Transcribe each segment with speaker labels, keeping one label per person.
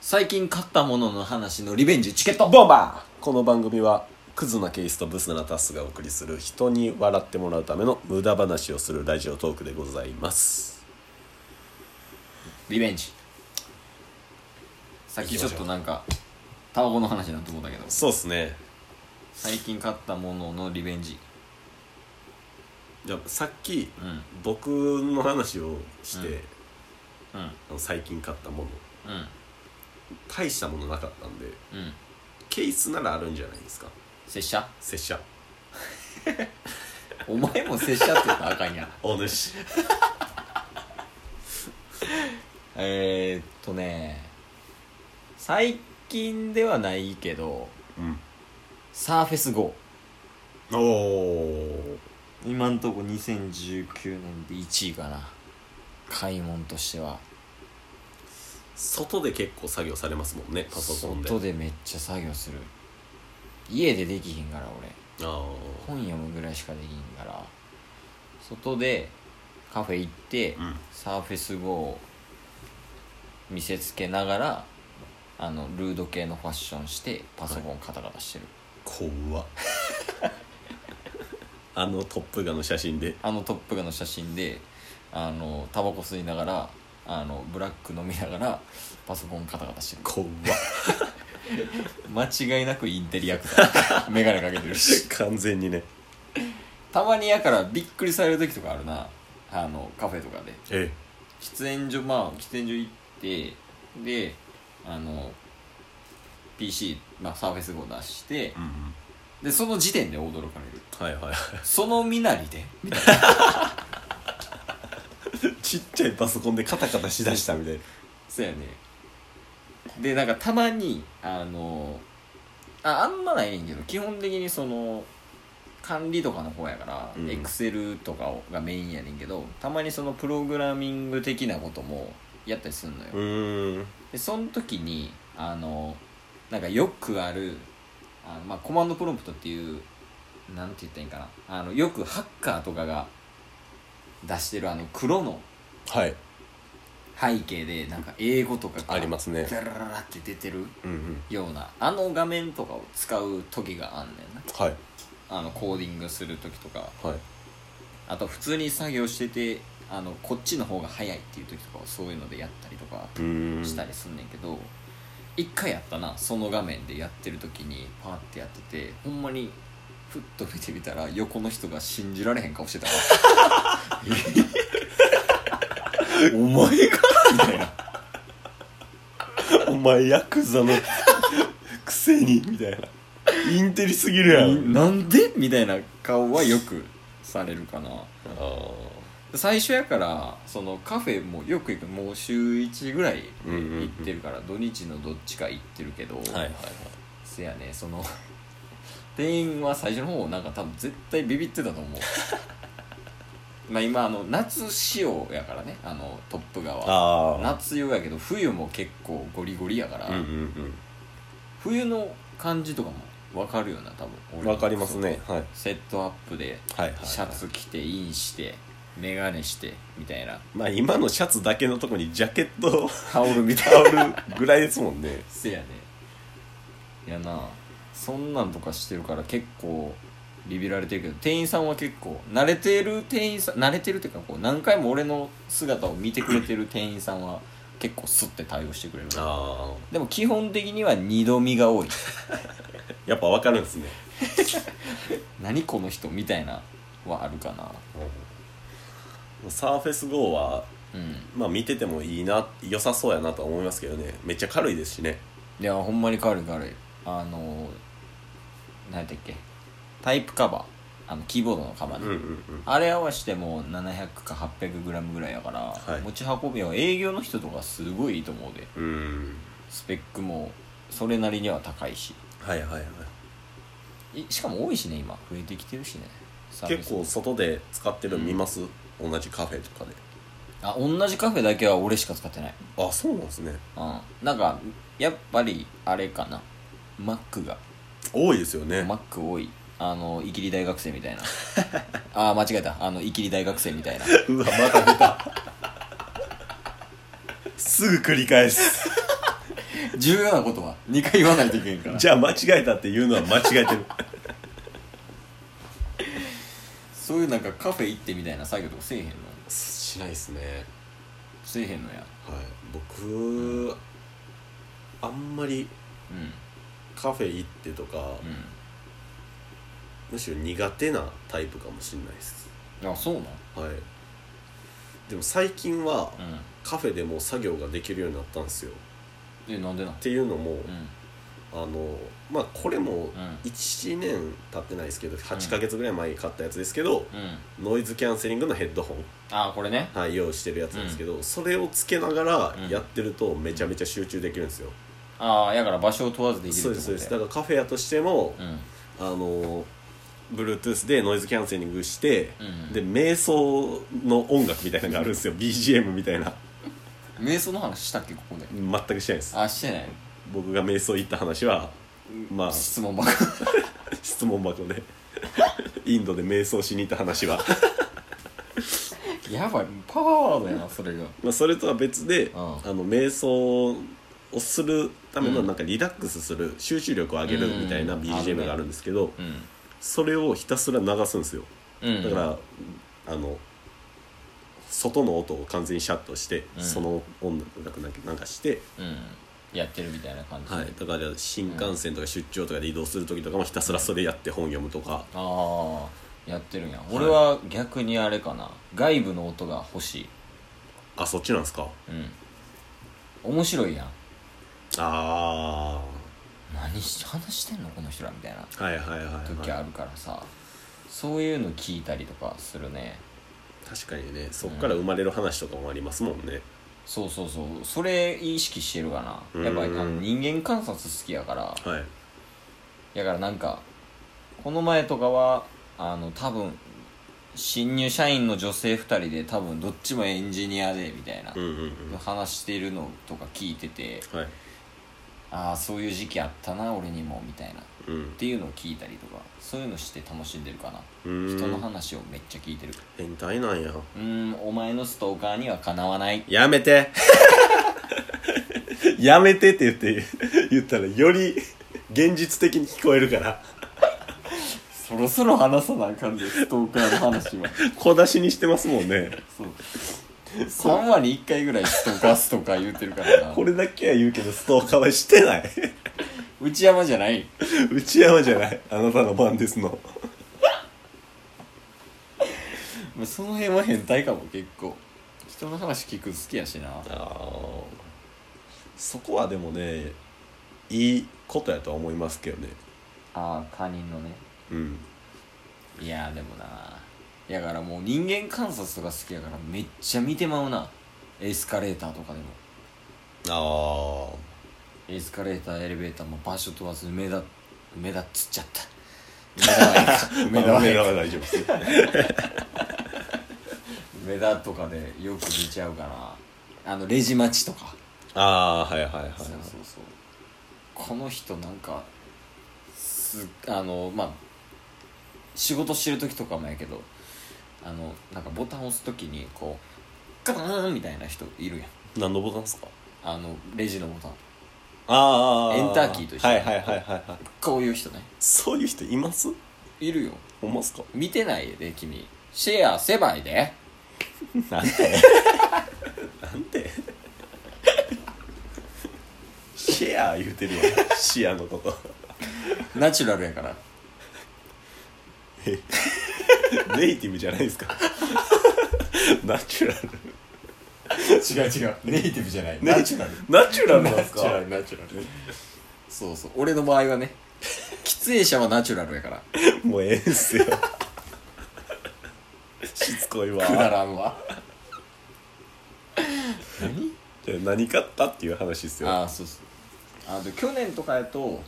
Speaker 1: 最近買ったものの話のリベンジチケット
Speaker 2: ボンバーこの番組はクズなケースとブスなタスがお送りする人に笑ってもらうための無駄話をするラジオトークでございます
Speaker 1: リベンジさっきちょっとなんかタバコの話になって思ったけど
Speaker 2: そうっすね
Speaker 1: 最近買ったもののリベンジ
Speaker 2: じゃあさっき
Speaker 1: うんうん
Speaker 2: 僕の話をして、
Speaker 1: うんうん
Speaker 2: あの最近買ったもの大したものなかったんで
Speaker 1: うん
Speaker 2: ケースならあるんじゃないですか
Speaker 1: 拙者
Speaker 2: 拙者
Speaker 1: お前も拙者って言ったらあかんやん
Speaker 2: お主
Speaker 1: えーっとね最近ではないけど
Speaker 2: うん
Speaker 1: サーフェス GO
Speaker 2: おお
Speaker 1: 今んとこ2019年で1位かな買い物としては
Speaker 2: 外で結構作業されますもんねパソコンで
Speaker 1: 外でめっちゃ作業する家でできひんから俺
Speaker 2: あー
Speaker 1: 本読むぐらいしかできひんから外でカフェ行って、
Speaker 2: うん
Speaker 1: サーフェス GO を見せつけながらあのルード系のファッションしてパソコンカタカタしてる、
Speaker 2: 怖っ あのトップガンの写真で
Speaker 1: あのトップガンの写真であのタバコ吸いながらあのブラック飲みながらパソコンカタカタしてる
Speaker 2: 怖っ
Speaker 1: 間違いなくインテリアクター 眼鏡かけてるし
Speaker 2: 完全にね
Speaker 1: たまにやからびっくりされる時とかあるなあのカフェとかで
Speaker 2: え
Speaker 1: 喫煙所まあ喫煙所行ってであの PC まあサーフェス号出して
Speaker 2: えうん
Speaker 1: でその時点で驚かれる
Speaker 2: はいはい
Speaker 1: その身なりでみたい
Speaker 2: ちっちゃいパソコンでカタカタしだしたみたいな
Speaker 1: そうやねでなんかたまにあのああんまないねんけど基本的にその管理とかの方やから
Speaker 2: うん
Speaker 1: エクセルとかをがメインやねんけどたまにそのプログラミング的なこともやったりするのよ、
Speaker 2: うん
Speaker 1: でその時にあのなんかよくあるあの、まあ、コマンドプロンプトっていうなんて言ったらいいんかなあのよくハッカーとかが出してるあの黒の
Speaker 2: はい
Speaker 1: 背景でなんか英語とかが
Speaker 2: ありますね
Speaker 1: ララララって出てる
Speaker 2: うんうん
Speaker 1: ようなあの画面とかを使う時があんねんな
Speaker 2: はい
Speaker 1: あのコーディングする時とか
Speaker 2: はい
Speaker 1: あと普通に作業しててあのこっちの方が早いっていう時とかをそういうのでやったりとか
Speaker 2: うん
Speaker 1: したりすんねんけど一回やったなその画面でやってる時にパーってやっててほんまにふっと見てみたら横の人が信じられへん顔してたわ
Speaker 2: お前が
Speaker 1: みたいな
Speaker 2: お前ヤクザの くせにみたいなインテリすぎるやん
Speaker 1: なんでみたいな顔はよくされるかな
Speaker 2: ああ
Speaker 1: 最初やからそのカフェもよく行くもう週1ぐらいで行ってるから、土日のどっちか行ってるけど、
Speaker 2: はいはいはい
Speaker 1: せやねその 店員は最初の方なんか多分絶対ビビってたと思 うまあ今あの夏仕様やからねあのトップ側は
Speaker 2: ああ
Speaker 1: 夏用やけど冬も結構ゴリゴリやから、
Speaker 2: うんうん
Speaker 1: 冬の感じとかも分かるよな多分
Speaker 2: う
Speaker 1: 俺
Speaker 2: ん
Speaker 1: の
Speaker 2: わかりますねはい
Speaker 1: セットアップで
Speaker 2: はいはいはい
Speaker 1: シャツ着てインしてメガネしてみたいな
Speaker 2: まあ今のシャツだけのとこにジャケットを
Speaker 1: タオ ルみたいな
Speaker 2: タオルぐらいですもんね
Speaker 1: せやねいやなそんなんとかしてるから結構ビビられてるけど店員さんは結構慣れてる店員さん慣れてるっていうかこう何回も俺の姿を見てくれてる店員さんは結構スッて対応してくれる
Speaker 2: あ
Speaker 1: でも基本的には二度見が多い
Speaker 2: あやっぱ分かるんですね
Speaker 1: 何この人みたいなはあるかな
Speaker 2: サーフェス GO は
Speaker 1: うん
Speaker 2: まあ見ててもいいな良さそうやなとは思いますけどねめっちゃ軽いですしね
Speaker 1: いやほんまに軽い軽いあの何やったっけタイプカバーあのキーボードのカバー
Speaker 2: うん
Speaker 1: ね、
Speaker 2: うんうん
Speaker 1: あれ合わせても700か 800g ぐらいやから、
Speaker 2: はい
Speaker 1: 持ち運びは営業の人とかすごいいいと思うで
Speaker 2: うん
Speaker 1: スペックもそれなりには高いし
Speaker 2: はいはいはい
Speaker 1: いしかも多いしね今増えてきてるしねサービス
Speaker 2: 結構外で使ってるの見ます、同じカフェとかで
Speaker 1: あ同じカフェだけは俺しか使ってない
Speaker 2: あそうなんですね
Speaker 1: うんなんかやっぱりあれかなマックが
Speaker 2: 多いですよね、
Speaker 1: マック多いあのイキリ大学生みた いなあー間違えたあのイキリ大学生みたいな
Speaker 2: うわま た出たすぐ繰り返す
Speaker 1: 重要なことは2回言わないといけんから
Speaker 2: じゃあ間違えたっていうのは間違えてる
Speaker 1: そういうなんかカフェ行ってみたいな作業とかせえへんの
Speaker 2: しないですね
Speaker 1: せえへんのや
Speaker 2: はい僕、あんまり
Speaker 1: うん
Speaker 2: カフェ行ってとか、
Speaker 1: う
Speaker 2: むしろ苦手なタイプかもしれないです
Speaker 1: んあそうなん
Speaker 2: はいでも最近は
Speaker 1: うん
Speaker 2: カフェでも作業ができるようになったんですよ
Speaker 1: えなんでなん
Speaker 2: っていうのも、
Speaker 1: うん
Speaker 2: あのまあこれも
Speaker 1: うん
Speaker 2: 1年経ってないですけど8ヶ月ぐらい前に買ったやつですけど、
Speaker 1: うん
Speaker 2: ノイズキャンセリングのヘッドホン、
Speaker 1: あこれね
Speaker 2: はい、用意してるやつなんですけど、それをつけながら
Speaker 1: うん
Speaker 2: やってるとめちゃめちゃ集中できるんですよ、
Speaker 1: ああやから場所を問わずできるって
Speaker 2: そ
Speaker 1: こ
Speaker 2: う
Speaker 1: と
Speaker 2: ですそうですだ
Speaker 1: う
Speaker 2: からカフェやとしても、
Speaker 1: ん
Speaker 2: あの Bluetooth でノイズキャンセリングして、
Speaker 1: うん
Speaker 2: で瞑想の音楽みたいなのがあるんですよ BGM みたいな
Speaker 1: 瞑想の話したっけここで
Speaker 2: 全くしてないです
Speaker 1: あしてない
Speaker 2: 僕が瞑想行った話はまあ
Speaker 1: 質問ばっか
Speaker 2: 質問箱でインドで瞑想しに行った話 は
Speaker 1: やばいパワーワードやなそれが
Speaker 2: まあそれとは別で、
Speaker 1: ん
Speaker 2: あの瞑想をするためのなんかリラックスする、集中力を上げるみたいな
Speaker 1: うん
Speaker 2: BGM があるんですけど、
Speaker 1: うん
Speaker 2: それをひたすら流すんですよ
Speaker 1: うん
Speaker 2: だから、あの外の音を完全にシャッとして、
Speaker 1: うん
Speaker 2: その音楽だけなんかして、
Speaker 1: うんやってるみたいな感じ
Speaker 2: はい、だから新幹線とか出張とかで移動する時とかもひたすらそれやって本読むとか、
Speaker 1: ああやってるんや俺は逆にあれかな外部の音が欲しい
Speaker 2: あそっちなんですか
Speaker 1: うん面白いやん
Speaker 2: あ
Speaker 1: 何し話してんのこの人らみたいな
Speaker 2: あはいはいはい、はい、
Speaker 1: 時あるからさ、そういうの聞いたりとかするね
Speaker 2: 確かにねそっから生まれる話とかもありますもんね、
Speaker 1: そうそうそうそれ意識してるかなやっぱり
Speaker 2: うん
Speaker 1: あの人間観察好きやから
Speaker 2: はい
Speaker 1: やからなんかこの前とかはあの多分新入社員の女性2人で多分どっちもエンジニアでみたいな、
Speaker 2: うんうんうん
Speaker 1: 話してるのとか聞いてて
Speaker 2: はい
Speaker 1: ああそういう時期あったな俺にもみたいなっ
Speaker 2: うん
Speaker 1: ていうのを聞いたりとかそういうのして楽しんでるかな
Speaker 2: うーん
Speaker 1: 人の話をめっちゃ聞いてる
Speaker 2: 変態なんや
Speaker 1: うーんお前のストーカーにはかなわない
Speaker 2: やめて やめてって言って言ったらより現実的に聞こえるから
Speaker 1: そろそろ話さなあかんでストーカーの話は
Speaker 2: 小出しにしてますもんね
Speaker 1: そう3話に1回ぐらいストーカーストーカー言うてるからな
Speaker 2: これだけは言うけどストーカーはしてない
Speaker 1: 内山じゃない
Speaker 2: 内山じゃないあなたの番ですの
Speaker 1: まあその辺は変態かも結構人の話聞くの好きやしな
Speaker 2: あーそこはでもねいいことやとは思いますけどね
Speaker 1: ああ他人のね
Speaker 2: うん
Speaker 1: いやーでもなやからもう人間観察とか好きやからめっちゃ見てまうなエスカレーターとかでも
Speaker 2: ああ
Speaker 1: エスカレーターエレベーターも場所問わず目だ目立っつっちゃった目立わへんか
Speaker 2: 梅
Speaker 1: 目立わへんか
Speaker 2: 田は大丈夫ですよ
Speaker 1: 目立とかでよく見ちゃうかなあのレジ待ちとか
Speaker 2: ああーはいはいはいはい
Speaker 1: そうそうそうこの人なんかすあのまあ仕事してる時とかもやけどあのなんかボタン押す時にこうガターンみたいな人いるやん
Speaker 2: 何のボタンですか
Speaker 1: あのレジのボタン
Speaker 2: あーあ
Speaker 1: エンターキーと一緒
Speaker 2: はいはいはいはいはい
Speaker 1: こういう人ね
Speaker 2: そういう人います
Speaker 1: いるよ
Speaker 2: ほんまっすか
Speaker 1: 見てないで君シェア狭いで
Speaker 2: なんてなんてシェア言うてるやんシェアのこと
Speaker 1: ナチュラルやから
Speaker 2: ネイティブじゃないですかナチュラル
Speaker 1: 違う違うネイティブじゃないナチュラル
Speaker 2: ナチュラルなんです
Speaker 1: ナ
Speaker 2: か
Speaker 1: チュラルそうそう俺の場合はね 喫煙者はナチュラルやから
Speaker 2: もうええんすよしつこいわ
Speaker 1: くだらんわ
Speaker 2: じゃあ何買ったっていう話ですよ
Speaker 1: ああそうそうあで去年とかやと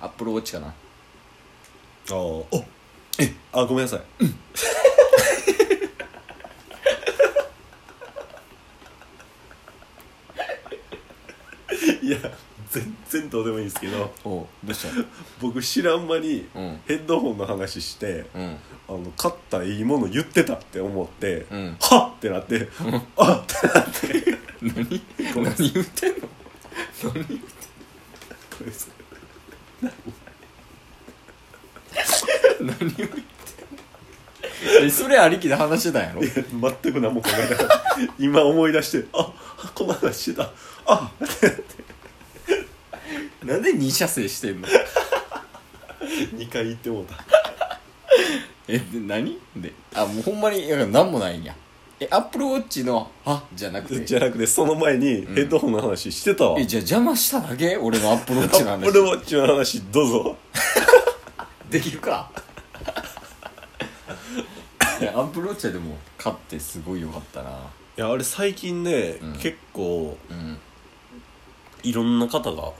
Speaker 1: アップルウォッチかな
Speaker 2: あーおえあごめんなさい、 いや全然どうでもいいんですけど
Speaker 1: おうどうし
Speaker 2: 僕知らん間に
Speaker 1: たうん
Speaker 2: ヘッドホンの話して、
Speaker 1: うん
Speaker 2: あの買ったいいもの言ってたって思って、
Speaker 1: うん
Speaker 2: はっってなって、あっってなって
Speaker 1: 何言ってんの
Speaker 2: これさ
Speaker 1: えそれありきで話してたんやろ
Speaker 2: いや全く何も考えなかった今思い出してあこの話してたあ
Speaker 1: なんで二射精してんの
Speaker 2: 2回言ってもうた
Speaker 1: えで何であもうほんまにいや何もないんやえアップルウォッチの「あじゃなくて
Speaker 2: じゃなくてその前にヘッドホンの話してたわ、
Speaker 1: えじゃあ邪魔しただけ 俺のアップルウォッチの
Speaker 2: アップルウ
Speaker 1: 話
Speaker 2: ォッチの話どうぞ
Speaker 1: できる かいやアップルウォッチはでも買ってすごいよかったない
Speaker 2: やあれ最近ね、
Speaker 1: うん
Speaker 2: 結構
Speaker 1: うん
Speaker 2: いろんな方が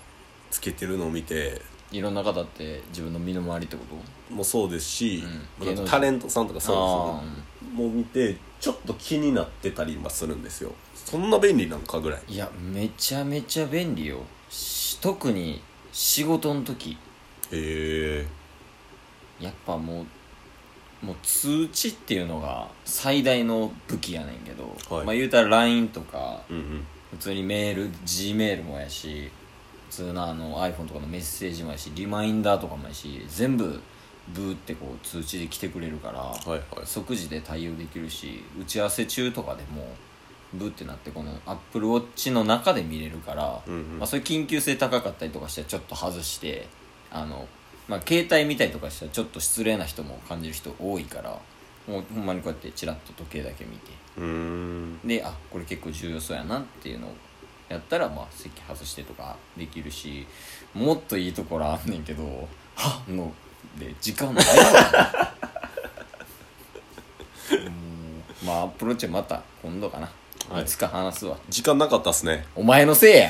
Speaker 2: つけてるのを見て
Speaker 1: いろんな方って自分の身の回りってこと
Speaker 2: もそうですし
Speaker 1: うん、
Speaker 2: まあタレントさんとか
Speaker 1: あ
Speaker 2: そうですもう見てちょっと気になってたりもするんですよそんな便利なんかぐらい
Speaker 1: ーいやめちゃめちゃ便利よし特に仕事の時
Speaker 2: へえ
Speaker 1: やっぱもうもう通知っていうのが最大の武器やねんけど、
Speaker 2: はい
Speaker 1: まあ言うたら LINE とか
Speaker 2: うんうん
Speaker 1: 普通にメール G メールもやし普通のあの iPhone とかのメッセージもやしリマインダーとかもやし全部ブーってこう通知で来てくれるから、
Speaker 2: はいはい
Speaker 1: 即時で対応できるし打ち合わせ中とかでもブーってなってこの AppleWatch の中で見れるから、
Speaker 2: うんうん
Speaker 1: まあ、そういう緊急性高かったりとかしてちょっと外してあの、まあ、携帯見たりとかしたらちょっと失礼な人も感じる人多いからもうほんまにこうやってチラッと時計だけ見て
Speaker 2: うーん
Speaker 1: であこれ結構重要そうやなっていうのをやったらまあ席外してとかできるしもっといいところあんねんけど「はっ!」ので時間ないわ うんまあアプローチはまた今度かな、
Speaker 2: はい
Speaker 1: い、つか話すわ
Speaker 2: 時間なかったっすね
Speaker 1: お前のせいや